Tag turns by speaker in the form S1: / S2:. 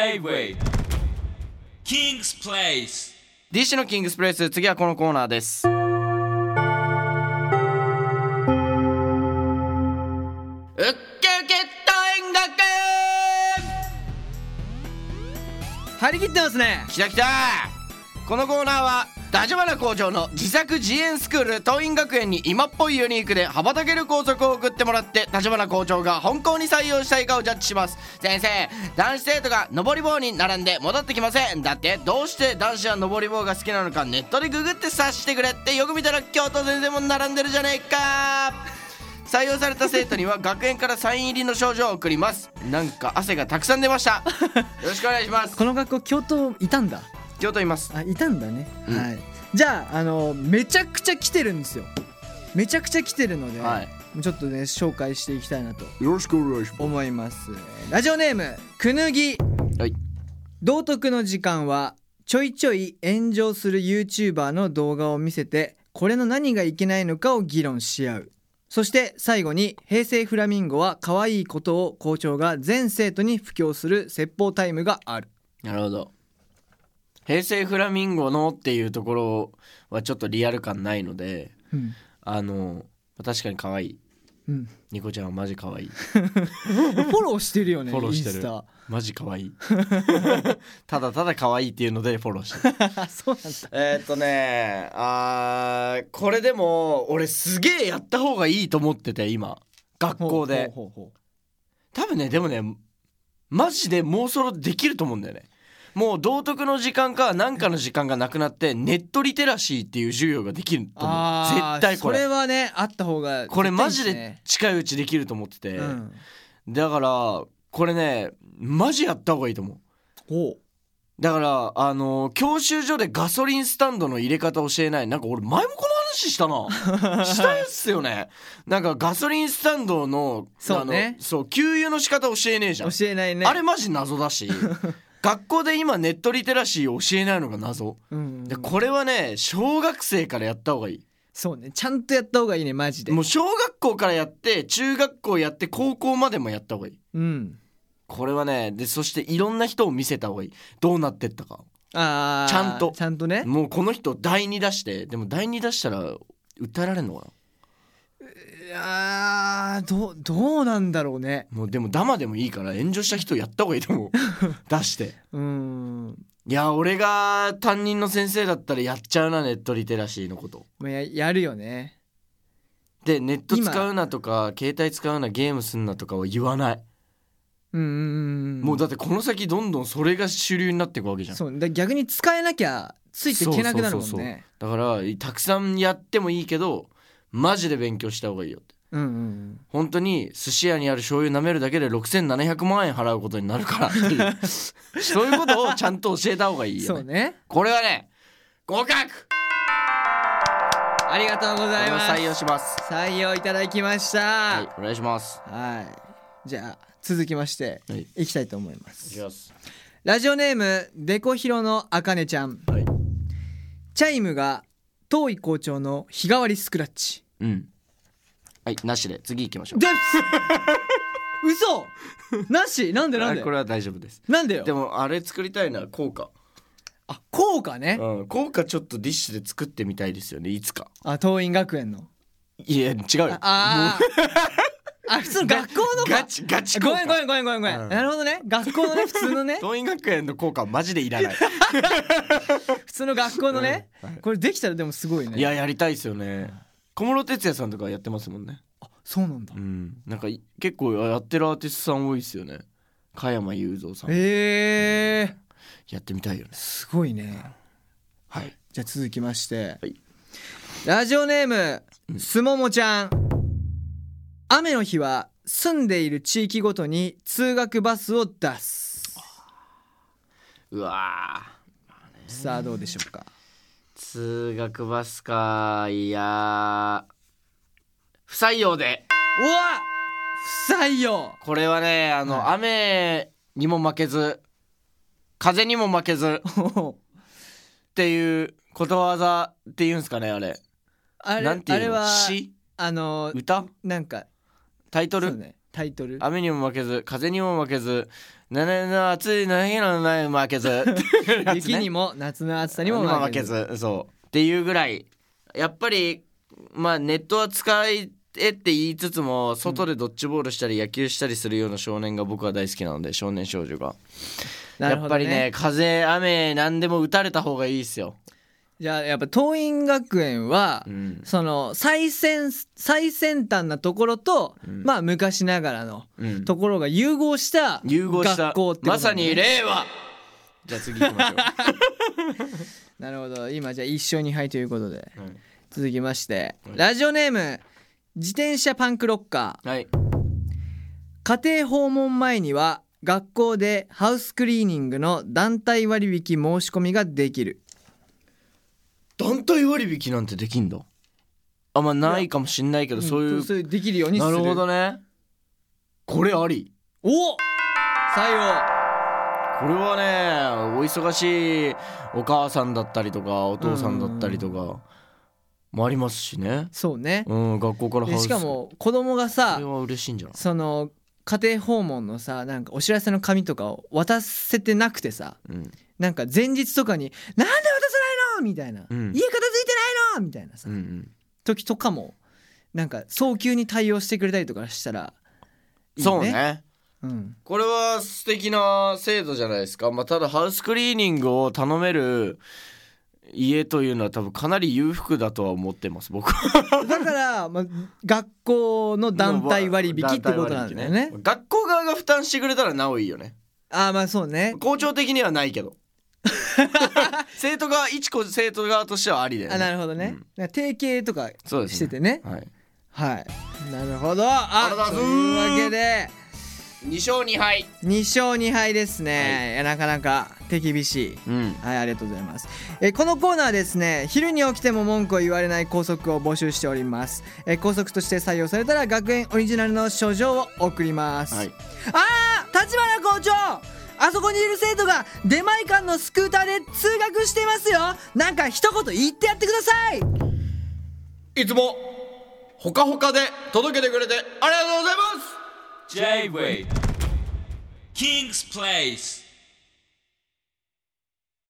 S1: J-Way King's Place
S2: DC のキングスプレイス次はこのコーナーですウッケウケ大学張り切ってますねきたきたこのコーナーはダジョバラ工場の自作自演スクール桐蔭学園に今っぽいユニークで羽ばたける校則を送ってもらって立花校長が本校に採用したいかをジャッジします先生男子生徒が登り棒に並んで戻ってきませんだってどうして男子は登り棒が好きなのかネットでググって察してくれってよく見たら京都先生も並んでるじゃないか採用された生徒には学園からサイン入りの賞状を送りますなんか汗がたくさん出ましたよろしくお願いします
S3: この学校京都いたんだ
S2: 京都います
S3: あいたんだね、
S2: うん
S3: はいじゃああのめちゃくちゃ来てるんですよめちゃくちゃ来てるので、
S2: はい
S3: ちょっとね紹介していきたいなと
S2: よろしくお願いしま
S3: 思いますラジオネームくぬぎ
S2: はい
S3: 道徳の時間はちょいちょい炎上する YouTuber の動画を見せてこれの何がいけないのかを議論し合うそして最後に平成フラミンゴは可愛いことを校長が全生徒に布教する説法タイムがある
S2: なるほど平成フラミンゴのっていうところはちょっとリアル感ないので
S3: うん
S2: あの確かに可愛い
S3: うん、
S2: ニコちゃんはマジ可愛い
S3: フォローしてるよね
S2: フォローしてる
S3: インスタ
S2: マジ可愛いただただ可愛いっていうのでフォローして
S3: あそうなんだ
S2: えーっとねあーこれでも俺すげえやった方がいいと思ってて今学校で
S3: ほうほうほ
S2: 多分ねでもねマジでもうそろできると思うんだよねもう道徳の時間か何かの時間がなくなってネットリテラシーっていう授業ができる
S3: う
S2: と思う
S3: あー
S2: 絶対これ
S3: それはねあった方が
S2: これマジ
S3: 絶対いい
S2: です近いうちできると思ってて、
S3: ねうん、
S2: だからこれねマジやった方がいいと思う
S3: ほ
S2: だからあの教習所でガソリンスタンドの入れ方教えないなんか俺前もこの話したな したやつよねなんかガソリンスタンドの
S3: そうね
S2: あのそう給油の仕方教えねえじゃん
S3: う教えないね
S2: あれマジ謎だ し学校で今ネットリテラシーを教えないのが謎
S3: うん
S2: でこれはね小学生からやった方がいい
S3: そうねちゃんとやった方がいいねマジで
S2: もう小学校からやって中学校やって高校までもやった方がいい
S3: うん
S2: これはねでそしていろんな人を見せた方がいいどうなってったか
S3: あー
S2: ちゃんと
S3: ちゃんとね
S2: もうこの人第二出してでも第二出したら訴えられんのか
S3: いやーどうどうなんだろうね
S2: なもうでもダマでもいいから炎上した人やった方がいいと 思う出して
S3: うーん
S2: いや俺が担任の先生だったらやっちゃうなネットリテラシーのこと
S3: まあややるよね
S2: でネット使うなとか携帯使うなゲームすんなとかは言わない、
S3: うんうんうんん
S2: もうだってこの先どんどんそれが主流になっていくわけじゃん
S3: そうだ逆に使えなきゃついていけなくなるも
S2: そ
S3: んね
S2: うそうそうそうだからたくさんやってもいいけどマジで勉強した方がいいよって
S3: うんうんうん
S2: 本当に寿司屋にある醤油舐めるだけで6700万円払うことになるからっていう そういうことをちゃんと教えた方がいいよ、
S3: そ
S2: ね
S3: うね
S2: これはね合格
S3: ありがとうご
S2: こ
S3: ざい
S2: れを
S3: ます
S2: 採用します
S3: 採用いただきました
S2: は
S3: はい
S2: お願いします
S3: い、じゃあ続きまして
S2: はい
S3: いきたいと思いま
S2: い
S3: す
S2: きます
S3: ラジオネームデコヒロのあかねちゃん
S2: はい
S3: チャイムが遠い校長の日替わりスクラッチ
S2: うんはいなしで次行きましょう
S3: です嘘なしなんでなん
S2: あ
S3: で
S2: これは大丈夫です
S3: なんでよ
S2: でもあれ作りたいな効果、
S3: あ効果ね
S2: うん、効果ちょっとディッシュで作ってみたいですよねいつか
S3: あ桐蔭学園の
S2: いや違うよ
S3: あああ普通の学校の
S2: ガ
S3: か
S2: チガチ効
S3: ご
S2: 果
S3: めんごめんごめんごめんごめん、
S2: うん
S3: なるほどね学校のね普通 のね
S2: 桐蔭学園の効果はマジでいらない
S3: 普通の学校のね、これできたらでもすごい ね
S2: いややりたいですよね小室哲哉さんとかやってますもんね
S3: あそうなんだ
S2: うんなんかい結構やってるアーティストさん多いですよね加山雄三さん
S3: ええ
S2: やってみたいよね
S3: すごいね
S2: はい
S3: じゃあ続きまして、
S2: はい
S3: ラジオネーム
S2: うん
S3: すももちゃん雨の日は住んでいる地域ごとに通学バスを出す
S2: うわー
S3: さあどうでしょうか
S2: 通学バスかいやー不採用で
S3: うわ不採用
S2: これはねあの、
S3: は
S2: 雨にも負けず風にも負けずっ
S3: おう
S2: ていうことわざっていうんですかねあれ
S3: あれ
S2: なんていうの
S3: あれは
S2: 詩
S3: あの
S2: 歌
S3: なんか
S2: タイト
S3: そ
S2: ル、
S3: うねタイトル
S2: 雨にも負けず風にも負けずななな暑いな日のない負けず
S3: 雪に
S2: も
S3: も夏の暑さにも
S2: 負けずそうっていうぐらいやっぱりまあネットは使えって言いつつも外でドッジボールしたり野球したりするような少年が僕は大好きなので少年少女が、
S3: なる
S2: やっ
S3: ほ
S2: ぱ
S3: ど
S2: りね風雨何でも打たれた方がいいですよ、
S3: じゃあやっぱ桐蔭学園は、
S2: うん
S3: その最先最先端なところと、
S2: うん
S3: まあ昔ながらの
S2: うん
S3: ところが融合した
S2: 融合した
S3: 学校ってことだ
S2: ま
S3: ね
S2: さに令和じゃあ次行きましょ
S3: なるほど今じゃあ一勝2敗ということで
S2: う、
S3: 続きまして、
S2: はい
S3: ラジオネーム自転車パンクロッカ
S2: うん はい
S3: ー家庭訪問前には学校でハウスクリーニングの団体割引申し込みができる
S2: 団体割引なんてできんだあまあないかもしんないけどそういう、
S3: んそういうできるようにす
S2: な
S3: る
S2: るほどねこれあり
S3: お採用
S2: これはねお忙しいお母さんだったりとかお父さんだったりとかもありますしね
S3: そうね
S2: うん学校からハウ
S3: で
S2: ス
S3: しかも子供が
S2: こ
S3: さ
S2: れは嬉しいんじゃない
S3: その家庭訪問のさなんかお知らせの紙とかを渡せてなくてさ
S2: うん
S3: なんか前日とかに「なんで渡さないの!」みたいな「
S2: うん
S3: 家片付いてないの!」みたいなさ、
S2: うんうん
S3: 時とかもなんか早急に対応してくれたりとかしたらいいね
S2: そうね
S3: うん
S2: これは素敵な制度じゃないですか、まあ、ただハウスクリーニングを頼める家というのは多分かなり裕福だとは思ってます僕は
S3: だから、まあ、学校の 団体割引ってことなんだよね
S2: 学校側が負担してくれたらなおいいよね
S3: ああまあそうね
S2: 校長的にはないけ ど生徒側一個生徒側としてはありだよね
S3: あなるほどね、
S2: うん
S3: なんか提携とか
S2: そうですね
S3: しててね
S2: はい、
S3: はいなるほどあ
S2: ありがとう
S3: と
S2: ございます
S3: いうわけで
S2: 2勝2敗
S3: 2勝2敗ですね、
S2: はい
S3: いやなかなか手厳しい
S2: うん
S3: はい、ありがとうございます。えーこのコーナーはですね、昼に起きても文句を言われない校則を募集しております。えー校則として採用されたら学園オリジナルの書状を送ります。
S2: はい
S3: ああ、立花校長あそこにいる生徒が出前館のスクーターで通学していますよなんか一言言ってやってください
S2: いつもほかほかで届けてくれてありがとうございます
S1: J-Way King's Place